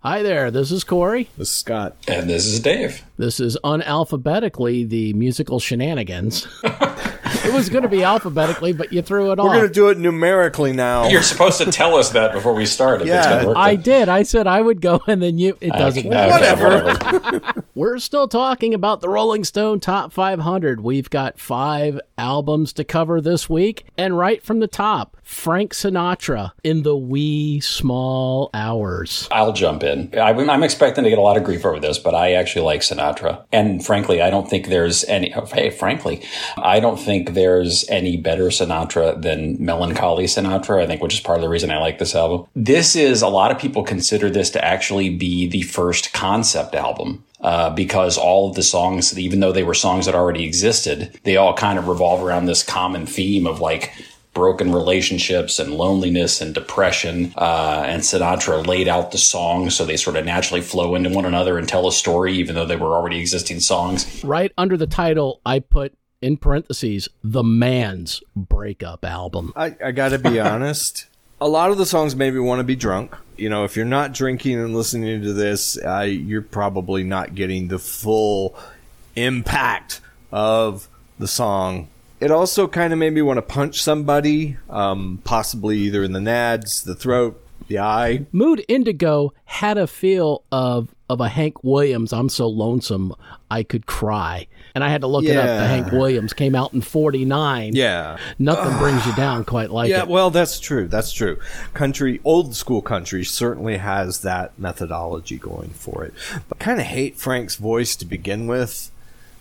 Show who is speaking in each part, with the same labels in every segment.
Speaker 1: Hi there, this is Corey.
Speaker 2: This is Scott.
Speaker 3: And this is Dave.
Speaker 1: This is unalphabetically the musical shenanigans. it was going to be alphabetically, but you threw it
Speaker 2: We're going
Speaker 1: off.
Speaker 2: to do it numerically now.
Speaker 3: You're supposed to tell us that before we start. If it's
Speaker 2: Yeah,
Speaker 3: gonna work
Speaker 1: I did. I said I would go, and then you. It doesn't
Speaker 3: Okay,
Speaker 1: matter.
Speaker 2: Whatever.
Speaker 1: We're still talking about the Rolling Stone Top 500. We've got five albums to cover this week. And right from the top, Frank Sinatra in the wee small hours.
Speaker 3: I'll jump in. I, I'm expecting to get a lot of grief over this, but I actually like Sinatra. And frankly, I don't think there's any, oh, hey, frankly, I don't think there's any better Sinatra than Melancholy Sinatra, I think, which is part of the reason I like this album. This is, a lot of people consider this to actually be the first concept album. Uh, because all of the songs, even though they were songs that already existed, they all kind of revolve around this common theme of like broken relationships and loneliness and depression. Uh, and Sinatra laid out the songs so they sort of naturally flow into one another and tell a story, even though they were already existing songs.
Speaker 1: Right under the title, I put in parentheses, The Man's Breakup Album.
Speaker 2: I, I got to be honest. A lot of the songs made me want to be drunk. You know, if you're not drinking and listening to this, uh, you're probably not getting the full impact of the song. It also kind of made me want to punch somebody, um, possibly either in the nads, the throat, the eye.
Speaker 1: Mood Indigo had a feel of of a Hank Williams I'm so lonesome I could cry. And I had to look it up. The
Speaker 2: Yeah.
Speaker 1: Hank Williams came out in 49.
Speaker 2: Yeah.
Speaker 1: Nothing brings you down quite like
Speaker 2: Yeah,
Speaker 1: it.
Speaker 2: well, that's true. That's true. Country, old school country certainly has that methodology going for it. But kind of hate Frank's voice to begin with.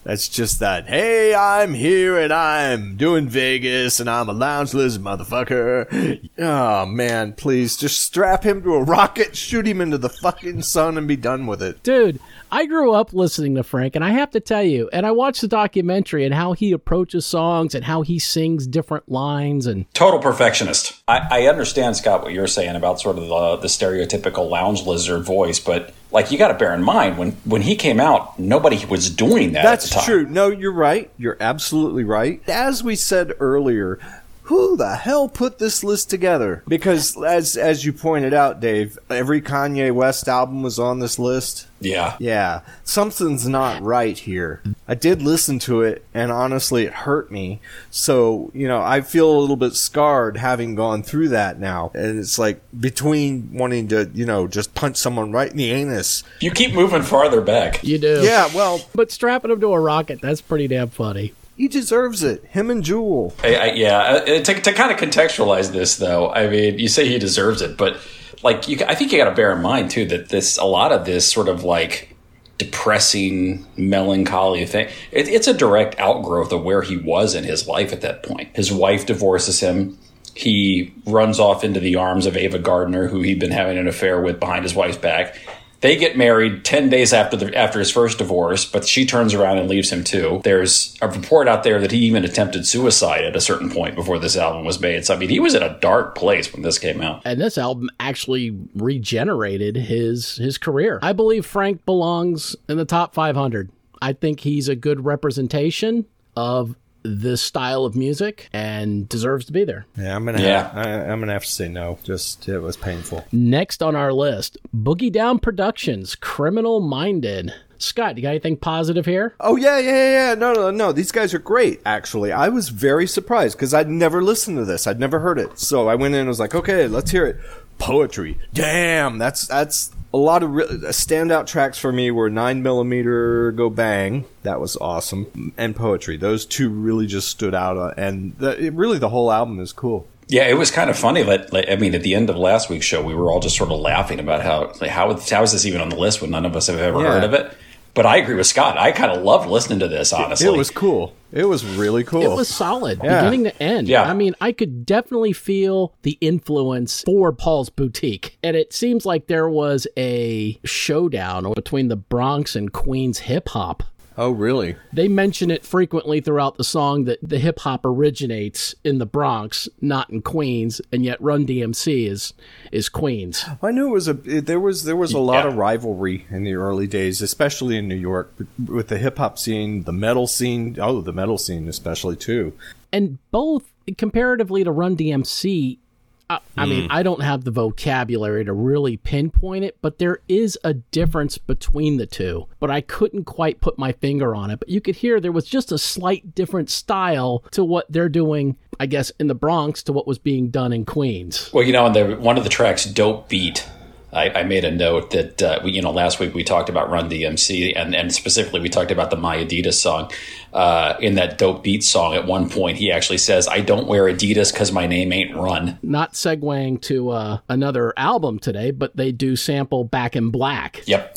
Speaker 2: That's just that, hey, I'm here and I'm doing Vegas and I'm a lounge lizard motherfucker. Oh, man, please just strap him to a rocket, shoot him into the fucking sun and be done with it.
Speaker 1: Dude, I grew up listening to Frank, and I have to tell you, and I watched the documentary and how he approaches songs and how he sings different lines. And
Speaker 3: Total perfectionist. I, I understand, Scott, what you're saying about sort of the, the stereotypical lounge lizard voice, but like you got to bear in mind when, when he came out, nobody was doing that. at the
Speaker 2: That's
Speaker 3: time.
Speaker 2: true. No, you're right. You're absolutely right. As we said earlier, who the hell put this list together? Because as as you pointed out, Dave, every Kanye West album was on this list.
Speaker 3: Yeah.
Speaker 2: Yeah, something's not right here. I did listen to it, and honestly, it hurt me. So, you know, I feel a little bit scarred having gone through that now. And it's like between wanting to, you know, just punch someone right in the anus.
Speaker 3: You keep moving farther back.
Speaker 1: you do.
Speaker 2: Yeah, well,
Speaker 1: But strapping him to a rocket, that's pretty damn funny.
Speaker 2: he deserves it. Him and Jewel.
Speaker 3: I, I, yeah, uh, to, to kind of contextualize this, though, I mean, you say he deserves it, but like, you, I think you got to bear in mind too that this a lot of this sort of like depressing, melancholy thing. It, it's a direct outgrowth of where he was in his life at that point. His wife divorces him. He runs off into the arms of Ava Gardner, who he'd been having an affair with behind his wife's back. They get married 10 days after the, after his first divorce, but she turns around and leaves him too. There's a report out there that he even attempted suicide at a certain point before this album was made. So, I mean, he was in a dark place when this came out.
Speaker 1: and this album actually regenerated his his career. I believe Frank belongs in the top 500. I think he's a good representation of this style of music and deserves to be there.
Speaker 2: Yeah, I'm gonna.
Speaker 3: Yeah.
Speaker 2: Have, I, I'm gonna have to say no. Just it was painful.
Speaker 1: Next on our list, Boogie Down Productions, Criminal Minded. Scott, you got anything positive here?
Speaker 2: Oh yeah, yeah, yeah. yeah. No, no, no. These guys are great. Actually, I was very surprised because I'd never listened to this. I'd never heard it. So I went in. and was like, okay, let's hear it. Poetry. Damn, that's that's a lot of re- uh, standout tracks for me. Were nine millimeter, go bang. That was awesome. And poetry. Those two really just stood out. uh, And the, it, really, the whole album is cool.
Speaker 3: Yeah, it was kind of funny that like, I mean, at the end of last week's show, we were all just sort of laughing about how like, how how is this even on the list when none of us have ever
Speaker 2: Yeah.
Speaker 3: heard of it. But I agree with Scott. I kind of loved listening to this. Honestly,
Speaker 2: It was cool. It was really cool.
Speaker 1: It was solid,
Speaker 2: Yeah.
Speaker 1: beginning to end.
Speaker 3: Yeah.
Speaker 1: I mean, I could definitely feel the influence for Paul's Boutique. And it seems like there was a showdown between the Bronx and Queens hip hop.
Speaker 2: oh, really?
Speaker 1: They mention it frequently throughout the song that the hip hop originates in the Bronx, not in Queens, and yet Run DMC is is Queens.
Speaker 2: I knew it was a it- there was there was a lot
Speaker 3: Yeah.
Speaker 2: of rivalry in the early days, especially in New York with the hip hop scene, the metal scene. Oh, the metal scene especially too.
Speaker 1: and both comparatively to Run DMC, I, I mean, I don't have the vocabulary to really pinpoint it, but there is a difference between the two. But I couldn't quite put my finger on it. But you could hear there was just a slight different style to what they're doing, I guess, in the Bronx to what was being done in Queens.
Speaker 3: Well, you know, in the, one of the tracks, "Dope Beat," I, I made a note that uh, we, you know last week we talked about Run DMC, and and specifically we talked about the My Adidas song. Uh, in that "Dope Beat" song, at one point he actually says, "I don't wear Adidas because my name ain't Run."
Speaker 1: Not segueing to uh, another album today, but they do sample Back in Black.
Speaker 3: Yep.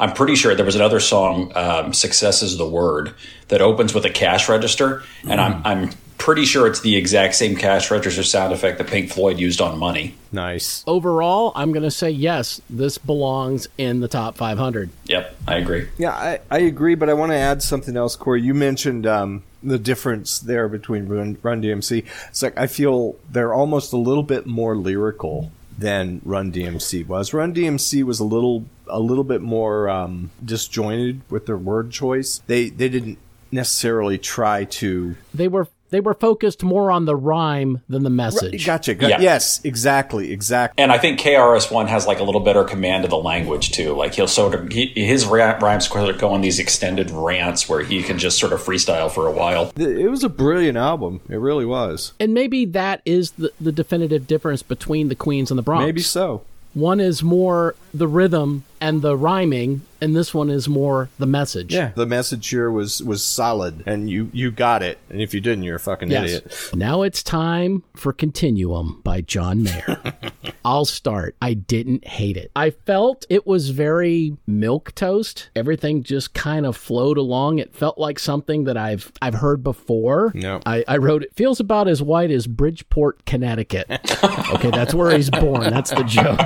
Speaker 3: I'm pretty sure there was another song, um, "Success Is the Word," that opens with a cash register, and I'm I'm pretty sure it's the exact same cash register sound effect that Pink Floyd used on Money.
Speaker 2: Nice.
Speaker 1: Overall, I'm going to say yes, this belongs in the top 500.
Speaker 3: Yep, I agree.
Speaker 2: Yeah, I, I agree, but I want to add something else, Corey. You mentioned um, the difference there between Run, Run DMC. It's like I feel they're almost a little bit more lyrical than Run DMC was. Run DMC was a little a little bit more um, disjointed with their word choice. They they didn't necessarily try to
Speaker 1: They were they were focused more on the rhyme than the message.
Speaker 2: gotcha. got-
Speaker 3: Yeah.
Speaker 2: Yes, exactly, exactly.
Speaker 3: And I think KRS One has like a little better command of the language too. Like he'll sort of he, his ra- rhymes sort of go on these extended rants where he can just sort of freestyle for a while.
Speaker 2: It was a brilliant album. It really was.
Speaker 1: And maybe that is the, the definitive difference between the Queens and the Bronx.
Speaker 2: Maybe so.
Speaker 1: One is more the rhythm and the rhyming, and this one is more the message.
Speaker 2: The message here was was solid, and you you got it. And if you didn't, you're a fucking
Speaker 1: Yes.
Speaker 2: idiot.
Speaker 1: Now it's time for Continuum by John Mayer. I'll start. I didn't hate it. I felt it was very milk toast. Everything just kind of flowed along. It felt like something that I've I've heard before.
Speaker 2: Yeah.
Speaker 1: I, I wrote it feels about as white as Bridgeport, Connecticut. okay, that's where he's born. That's the joke.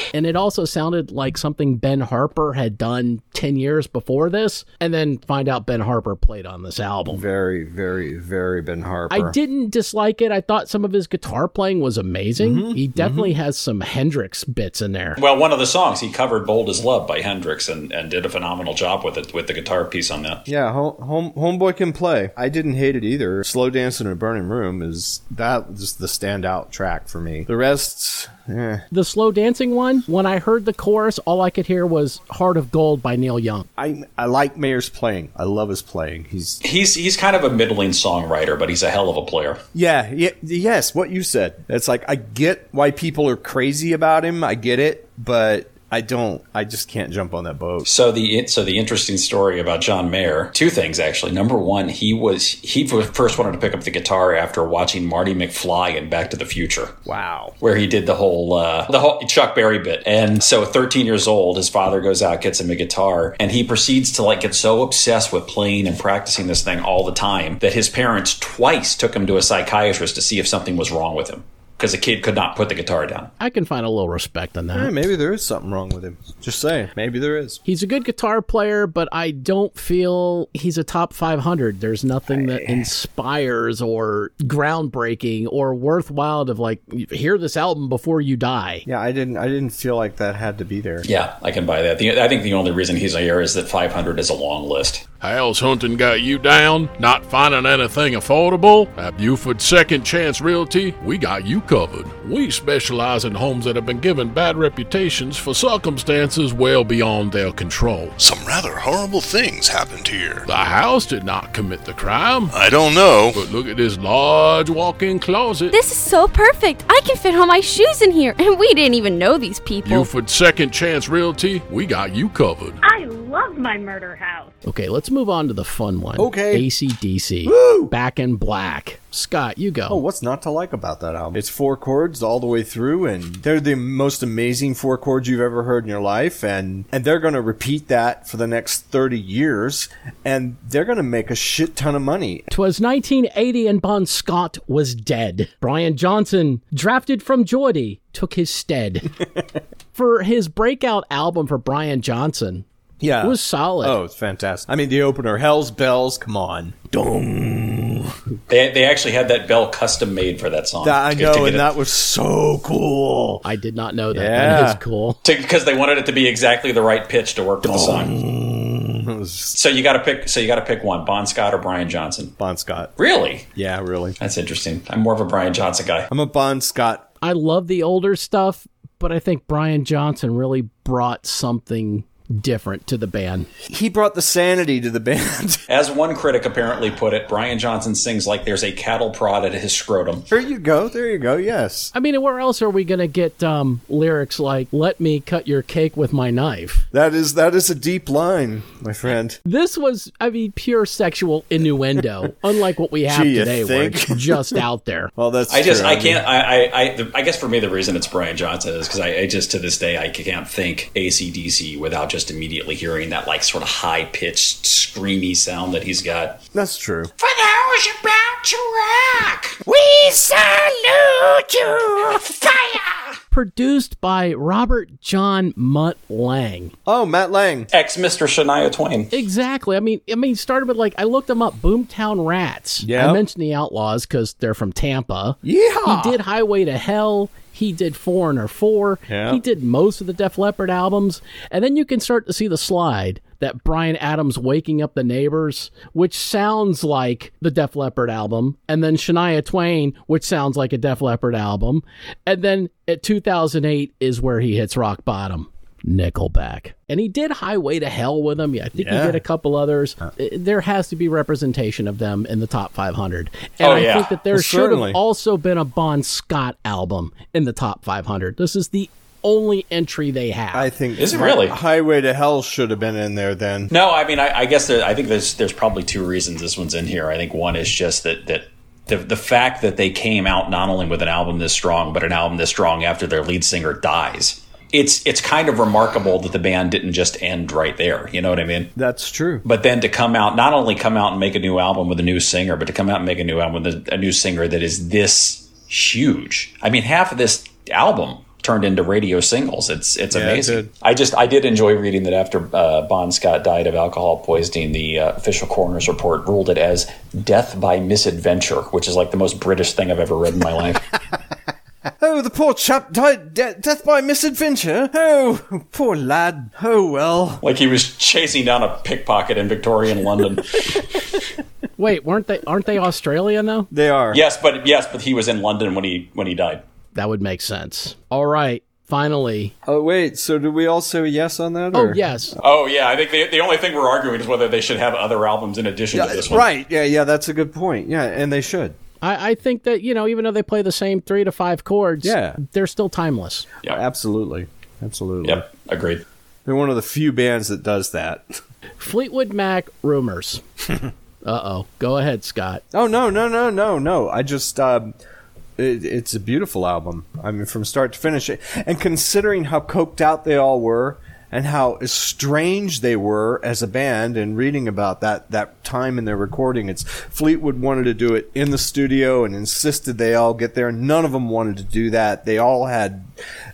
Speaker 1: and it also sounded like something Ben Harper had done 10 years before this and then find out Ben Harper played on this album.
Speaker 2: Very, very, very Ben Harper.
Speaker 1: I didn't dislike it. I thought some of his guitar playing was amazing. He definitely has some Hendrix bits in there.
Speaker 3: Well, one of the songs he covered "Bold as Love" by Hendrix and, and did a phenomenal job with it with the guitar piece on that.
Speaker 2: Yeah, home, home homeboy can play. I didn't hate it either. Slow dancing in a burning room is that was the standout track for me. The rest, eh.
Speaker 1: The slow dancing one, when I heard the chorus, all I could hear was Heart of Gold by Neil Young.
Speaker 2: I I like Mayer's playing. I love his playing. He's
Speaker 3: He's he's kind of a middling songwriter, but he's a hell of a player.
Speaker 2: yeah, yeah yes. What you said. It's like I get why people are crazy about him. I get it, but I don't. I just can't jump on that boat.
Speaker 3: So the so the interesting story about John Mayer, two things actually. Number one, he was he was first wanted to pick up the guitar after watching Marty McFly in Back to the Future.
Speaker 2: Wow.
Speaker 3: where he did the whole uh, the whole Chuck Berry bit. And so, at 13 years old, his father goes out, gets him a guitar, and he proceeds to like get so obsessed with playing and practicing this thing all the time that his parents twice took him to a psychiatrist to see if something was wrong with him because the kid could not put the guitar down.
Speaker 1: I can find a little respect on
Speaker 2: Yeah,
Speaker 1: that.
Speaker 2: maybe there is something wrong with him. Just saying. Maybe there is.
Speaker 1: He's a good guitar player, but I don't feel he's a top 500. There's nothing that inspires or groundbreaking or worthwhile to like hear this album before you die.
Speaker 2: Yeah, I didn't. I didn't feel like that had to be there.
Speaker 3: Yeah, I can buy that. The, I think the only reason he's here is that 500 is a long list.
Speaker 4: How's hunting got you down? Not finding anything affordable? At Buford Second Chance Realty, we got you covered. We specialize in homes that have been given bad reputations for circumstances well beyond their control.
Speaker 5: Some rather horrible things happened here.
Speaker 4: The house did not commit the crime,
Speaker 5: I don't know.
Speaker 4: but look at this large walk in closet.
Speaker 6: This is so perfect. I can fit all my shoes in here, and we didn't even know these people.
Speaker 4: Buford Second Chance Realty, we got you covered.
Speaker 7: I love my murder house.
Speaker 1: Okay, let's move on to the fun one.
Speaker 2: Okay.
Speaker 1: ACDC. Back in black. Scott, you go.
Speaker 2: Oh, what's not to like about that album? It's four chords all the way through, and they're the most amazing four chords you've ever heard in your life, and and they're going to repeat that for the next thirty years, and they're going to make a shit ton of money.
Speaker 1: Twas 1980 and Bon Scott was dead. Brian Johnson, drafted from Geordie, took his stead. for his breakout album for Brian Johnson,
Speaker 2: Yeah,
Speaker 1: it was solid.
Speaker 2: Oh, it's fantastic. I mean, the opener, "Hell's Bells," come on,
Speaker 3: They, they actually had that bell custom made for that song.
Speaker 2: that I
Speaker 3: To- to
Speaker 2: know,
Speaker 3: get
Speaker 2: and
Speaker 3: it-
Speaker 2: that was so cool.
Speaker 1: I did not know that.
Speaker 2: Yeah.
Speaker 1: That is cool.
Speaker 3: to- because they wanted it to be exactly the right pitch to work with the song.
Speaker 2: It was just
Speaker 3: So you got to pick. So you got to pick one: Bon Scott or Brian Johnson.
Speaker 2: Bon Scott.
Speaker 3: Really?
Speaker 2: Yeah, really.
Speaker 3: That's interesting. I'm more of a Brian Johnson guy.
Speaker 2: I'm a Bon Scott.
Speaker 1: I love the older stuff, but I think Brian Johnson really brought something different to the band.
Speaker 2: He brought the sanity to the band.
Speaker 3: As one critic apparently put it, Brian Johnson sings like there's a cattle prod at his scrotum.
Speaker 2: there you go. There you go. Yes.
Speaker 1: I mean, where else are we going to get um, lyrics like, let me cut your cake with my knife?
Speaker 2: That is that is a deep line, my friend.
Speaker 1: This was, I mean, pure sexual innuendo, unlike what we have
Speaker 2: Gee, you
Speaker 1: today, where
Speaker 2: think?
Speaker 1: it's just out there.
Speaker 2: Well, that's
Speaker 3: I just
Speaker 2: true.
Speaker 3: I
Speaker 2: mean,
Speaker 3: can't I I I, the, I guess for me the reason it's Brian Johnson is because I, I just to this day I can't think ACDC without just immediately hearing that like sort of high pitched screamy sound that he's got.
Speaker 2: That's true.
Speaker 3: For those about to rock, we salute you, fire.
Speaker 1: Produced by Robert John Mutt Lang.
Speaker 2: Oh, Matt Lang.
Speaker 3: Ex Mr. Shania Twain.
Speaker 1: Exactly. I mean, I mean, started with like I looked them up. Boomtown Rats.
Speaker 2: Yeah.
Speaker 1: I mentioned the Outlaws because they're from Tampa.
Speaker 2: Yeehaw!
Speaker 1: He did Highway to Hell. He did Foreigner 4.
Speaker 2: Yeah.
Speaker 1: He did most of the Def Leppard albums. And then you can start to see the slide that Brian Adams waking up the neighbors, which sounds like the Def Leppard album. And then Shania Twain, which sounds like a Def Leppard album. And then at 2008 is where he hits rock bottom. Nickelback. And he did Highway to Hell with them. Yeah, I think
Speaker 2: Yeah.
Speaker 1: he did a couple others. Uh, There has to be representation of them in the top 500. And
Speaker 3: Oh,
Speaker 1: I
Speaker 3: yeah.
Speaker 1: think that there
Speaker 2: Well,
Speaker 1: should
Speaker 2: certainly.
Speaker 1: have also been a Bon Scott album in the top 500. This is the only entry they have.
Speaker 2: I think
Speaker 3: Is it really?
Speaker 2: Highway to Hell should have been in there then.
Speaker 3: No, I mean, I, I guess there, I think there's there's probably two reasons this one's in here. I think one is just that that the the fact that they came out not only with an album this strong, but an album this strong after their lead singer dies. It's it's kind of remarkable that the band didn't just end right there. You know what I mean?
Speaker 2: That's true.
Speaker 3: But then to come out, not only come out and make a new album with a new singer, but to come out and make a new album with a, a new singer that is this huge. I mean, half of this album turned into radio singles. It's it's
Speaker 2: it
Speaker 3: amazing.
Speaker 2: did.
Speaker 3: I just I did enjoy reading that after uh, Bon Scott died of alcohol poisoning, the uh, official coroner's report ruled it as death by misadventure, which is like the most British thing I've ever read in my life.
Speaker 2: Oh, the poor chap died de- death by misadventure. Oh, poor lad. Oh well.
Speaker 3: like he was chasing down a pickpocket in Victorian London.
Speaker 1: Wait, weren't they aren't they Australian though?
Speaker 2: They are.
Speaker 3: yes, but yes, but he was in London when he when he died.
Speaker 1: That would make sense. All right, finally.
Speaker 2: Oh wait. So do we all say yes on that?
Speaker 1: Oh
Speaker 2: or-
Speaker 1: yes.
Speaker 3: Oh yeah, I think the, the only thing we're arguing is whether they should have other albums in addition to this one.
Speaker 2: Right. Yeah. Yeah. That's a good point. Yeah. And they should.
Speaker 1: I, I think that, you know, even though they play the same three to five chords,
Speaker 2: Yeah.
Speaker 1: they're still timeless.
Speaker 2: Absolutely. Absolutely.
Speaker 3: Yep. Agreed.
Speaker 2: They're one of the few bands that does that.
Speaker 1: Fleetwood Mac rumors. uh oh. Go ahead, Scott.
Speaker 2: Oh no no no no no! I just um, it, it's a beautiful album. I mean, from start to finish. And considering how coked out they all were, and how estranged they were as a band, and reading about that that time in their recording, it's Fleetwood wanted to do it in the studio and insisted they all get there. None of them wanted to do that. They all had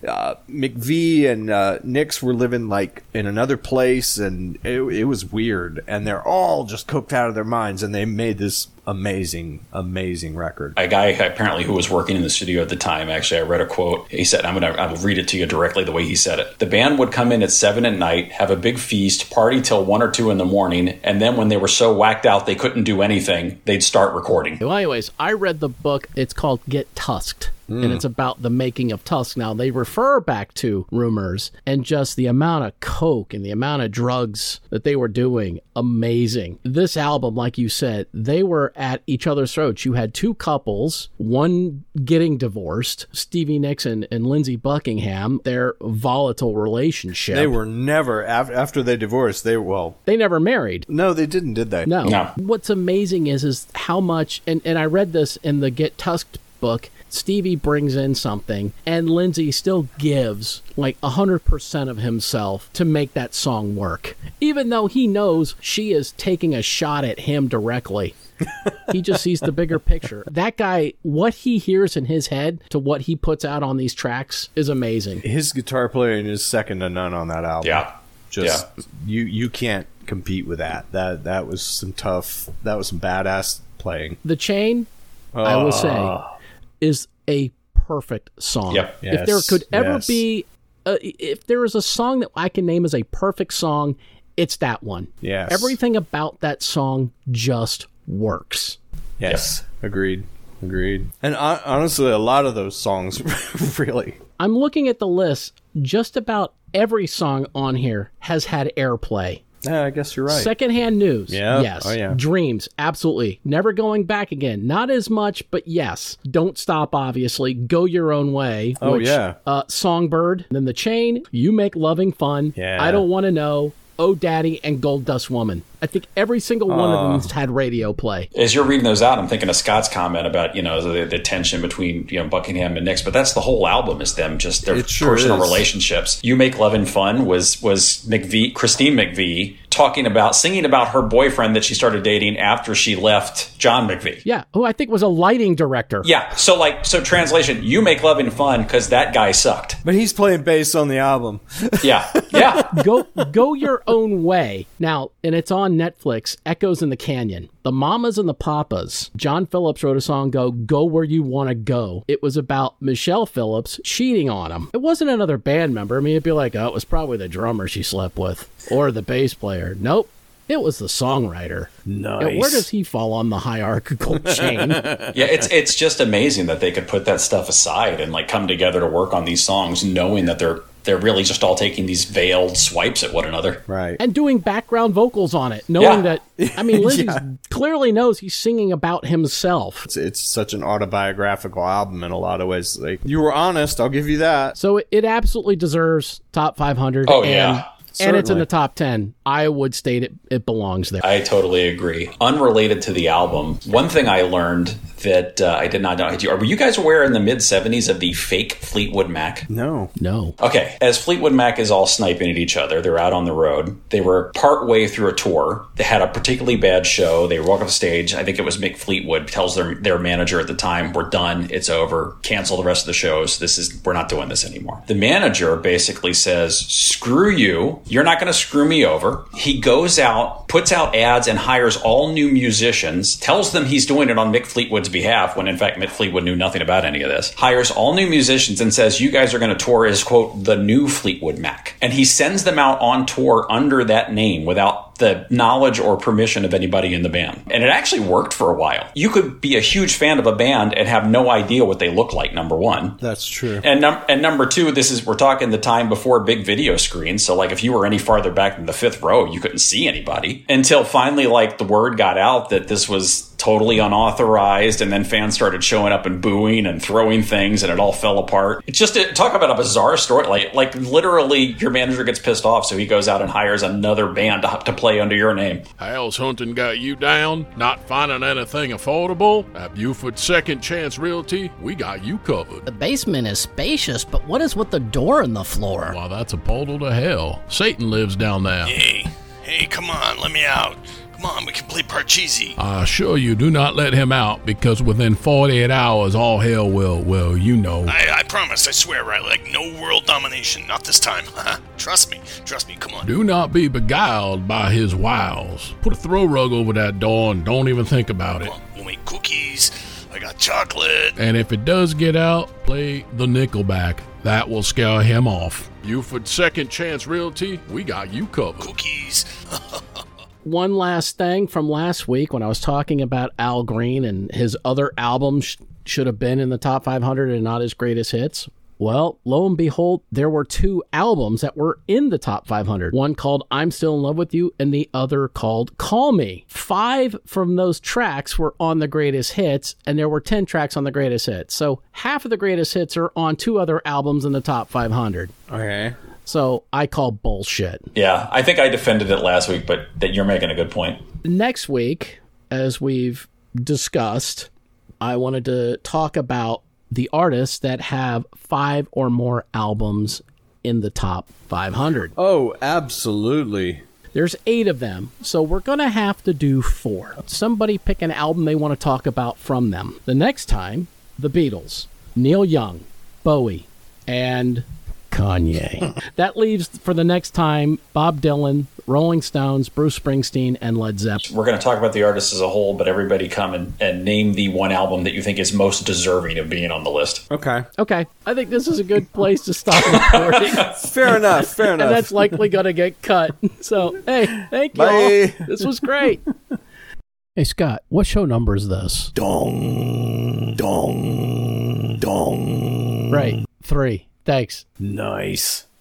Speaker 2: uh, McVie and uh, Nix were living like in another place, and it, it was weird. And they're all just cooked out of their minds, and they made this amazing, amazing record.
Speaker 3: A guy apparently who was working in the studio at the time, actually, I read a quote. He said, "I'm gonna I'll read it to you directly the way he said it." The band would come in at seven at night, have a big feast, party till one or two in the morning, and then when they were so whacked out they couldn't do anything, they'd start recording.
Speaker 1: Well, anyways, I read the book. It's called Get Tusked, and
Speaker 2: Hmm.
Speaker 1: it's about the making of Tusk. Now, they refer back to rumors and just the amount of coke and the amount of drugs that they were doing. Amazing. This album, like you said, they were at each other's throats. You had two couples, one getting divorced, Stevie Nicks and, and Lindsey Buckingham, their volatile relationship.
Speaker 2: They were never af- after they divorced. They well,
Speaker 1: They never married.
Speaker 2: no, they didn't, did they?
Speaker 1: No.
Speaker 3: No.
Speaker 1: What's amazing is is how much and, and I read this in the Get Tusked book. Stevie brings in something and Lindsay still gives like 100% of himself to make that song work. Even though he knows she is taking a shot at him directly. he just sees the bigger picture. That guy, what he hears in his head to what he puts out on these tracks is amazing.
Speaker 2: His guitar playing is second to none on that album.
Speaker 3: Yeah.
Speaker 2: just you you can't compete with that. That that was some tough. That was some badass playing. Ah.
Speaker 1: The Chain, I will say,
Speaker 2: Oh.
Speaker 1: is a perfect song.
Speaker 3: Yep.
Speaker 1: if there
Speaker 2: Yes,
Speaker 1: could ever
Speaker 2: yes.
Speaker 1: be, a, if there is a song that I can name as a perfect song, It's that one.
Speaker 2: Yes.
Speaker 1: Everything about that song just works.
Speaker 2: Yes. Agreed. Agreed. And hon- honestly, a lot of those songs really.
Speaker 1: I'm looking at the list. Just about every song on here has had airplay.
Speaker 2: Yeah, I guess you're right.
Speaker 1: Secondhand news.
Speaker 2: Yeah.
Speaker 1: Yes.
Speaker 2: Oh, yeah.
Speaker 1: Dreams. Absolutely. Never going back again. Not as much, but yes. Don't stop, obviously. Go your own way.
Speaker 2: Oh,
Speaker 1: which,
Speaker 2: yeah.
Speaker 1: Uh, Songbird. Then The Chain. You Make Loving Fun.
Speaker 2: Yeah.
Speaker 1: I Don't Want to Know. Oh Daddy and Gold Dust Woman. I think every single one of them's had radio play.
Speaker 3: As you're reading those out, I'm thinking of Scott's comment about you know the, the tension between you know Buckingham and Nix, but that's the whole album is them just their
Speaker 2: It sure
Speaker 3: personal
Speaker 2: is.
Speaker 3: relationships. You make love and fun was was McVie Christine McVie talking about singing about her boyfriend that she started dating after she left John McVie.
Speaker 1: Yeah. Who I think was a lighting director.
Speaker 3: Yeah, so like so translation, you make love and fun because that guy sucked.
Speaker 2: but he's playing bass on the album.
Speaker 3: Yeah, yeah.
Speaker 1: go go your own way now and it's on netflix echoes in the canyon the mamas and the papas john phillips wrote a song go go where you want to go it was about michelle phillips cheating on him it wasn't another band member i mean it'd be like oh it was probably the drummer she slept with or the bass player nope it was the songwriter
Speaker 2: Nice.
Speaker 1: And where does he fall on the hierarchical chain
Speaker 3: Yeah, it's it's just amazing that they could put that stuff aside and like come together to work on these songs, knowing that they're they're really just all taking these veiled swipes at one another.
Speaker 2: right.
Speaker 1: and doing background vocals on it knowing
Speaker 3: Yeah.
Speaker 1: that i mean lindsay clearly knows he's singing about himself
Speaker 2: It's, it's such an autobiographical album in a lot of ways. Like you were honest, I'll give you that.
Speaker 1: So it, it absolutely deserves top 500.
Speaker 3: Oh,
Speaker 1: and,
Speaker 3: yeah.
Speaker 1: And it's in
Speaker 2: Certainly.
Speaker 1: the top 10. I would state it, it belongs there.
Speaker 3: I totally agree. Unrelated to the album, one thing I learned that uh, I did not know. Were you guys aware in the mid '70s of the fake Fleetwood Mac?
Speaker 2: No.
Speaker 1: no.
Speaker 3: Okay, as Fleetwood Mac is all sniping at each other, they're out on the road. They were part way through a tour. They had a particularly bad show. They walk off stage. I think it was Mick Fleetwood tells their their manager at the time, "We're done. It's over. Cancel the rest of the shows. This is we're not doing this anymore." The manager basically says, "Screw you. You're not going to screw me over." He goes out, puts out ads, and hires all new musicians. Tells them he's doing it on Mick Fleetwood's behalf, when in fact Mick Fleetwood knew nothing about any of this. Hires all new musicians and says, "You guys are going to tour as quote the new Fleetwood Mac," and he sends them out on tour under that name without the knowledge or permission of anybody in the band. And it actually worked for a while. You could be a huge fan of a band and have no idea what they look like. Number one.
Speaker 2: That's true.
Speaker 3: And, num- and number two, this is we're talking the time before big video screens. So like if you were any farther back than the fifth row, you couldn't see anybody until finally like the word got out that this was totally unauthorized, and then fans started showing up and booing and throwing things, and it all fell apart. It's just a, talk about a bizarre story. Like like literally, your manager gets pissed off, so he goes out and hires another band to, to play under your name.
Speaker 4: How's hunting got you down? Not finding anything affordable? At Buford Second Chance Realty, we got you covered.
Speaker 8: The basement is spacious, but what is with the door in the floor?
Speaker 4: Why, that's a portal to hell. Satan lives down there.
Speaker 5: Hey, hey, come on, let me out. Come on, we can play Parcheesi.
Speaker 4: I assure you, do not let him out because within 48 hours, all hell will, well, you know.
Speaker 5: I, I promise, I swear, right? Like, no world domination, not this time. trust me, trust me, come on.
Speaker 4: Do not be beguiled by his wiles. Put a throw rug over that door and don't even think about it.
Speaker 5: Come on, we'll make cookies. I got chocolate.
Speaker 4: And if it does get out, play the Nickelback. That will scare him off. Buford Second Chance Realty, we got you covered.
Speaker 5: Cookies.
Speaker 1: One last thing from last week when I was talking about Al Green and his other albums sh- should have been in the top 500 and not his greatest hits. Well, lo and behold, there were two albums that were in the top 500. One called I'm Still in Love with You and the other called Call Me. Five from those tracks were on the greatest hits, and there were 10 tracks on the greatest hits. So half of the greatest hits are on two other albums in the top 500.
Speaker 2: Okay.
Speaker 1: So I call bullshit.
Speaker 3: Yeah, I think I defended it last week, but that you're making a good point.
Speaker 1: next week, as we've discussed, I wanted to talk about the artists that have five or more albums in the top 500.
Speaker 2: Oh, absolutely.
Speaker 1: There's eight of them, so we're going to have to do four. Somebody pick an album they want to talk about from them. The next time, The Beatles, Neil Young, Bowie, and Kanye. that leaves for the next time Bob Dylan, Rolling Stones, Bruce Springsteen, and Led Zeppelin.
Speaker 3: We're going to talk about the artist as a whole, but everybody come and, and name the one album that you think is most deserving of being on the list.
Speaker 2: Okay.
Speaker 1: Okay, I think this is a good place to stop recording.
Speaker 2: Fair enough. Fair enough.
Speaker 1: and that's likely going to get cut. So, hey, thank you.
Speaker 2: Bye.
Speaker 1: All. This was great. Hey, Scott, what show number is this?
Speaker 2: dong, dong, dong. Mm.
Speaker 1: Right, three. Thanks.
Speaker 2: Nice.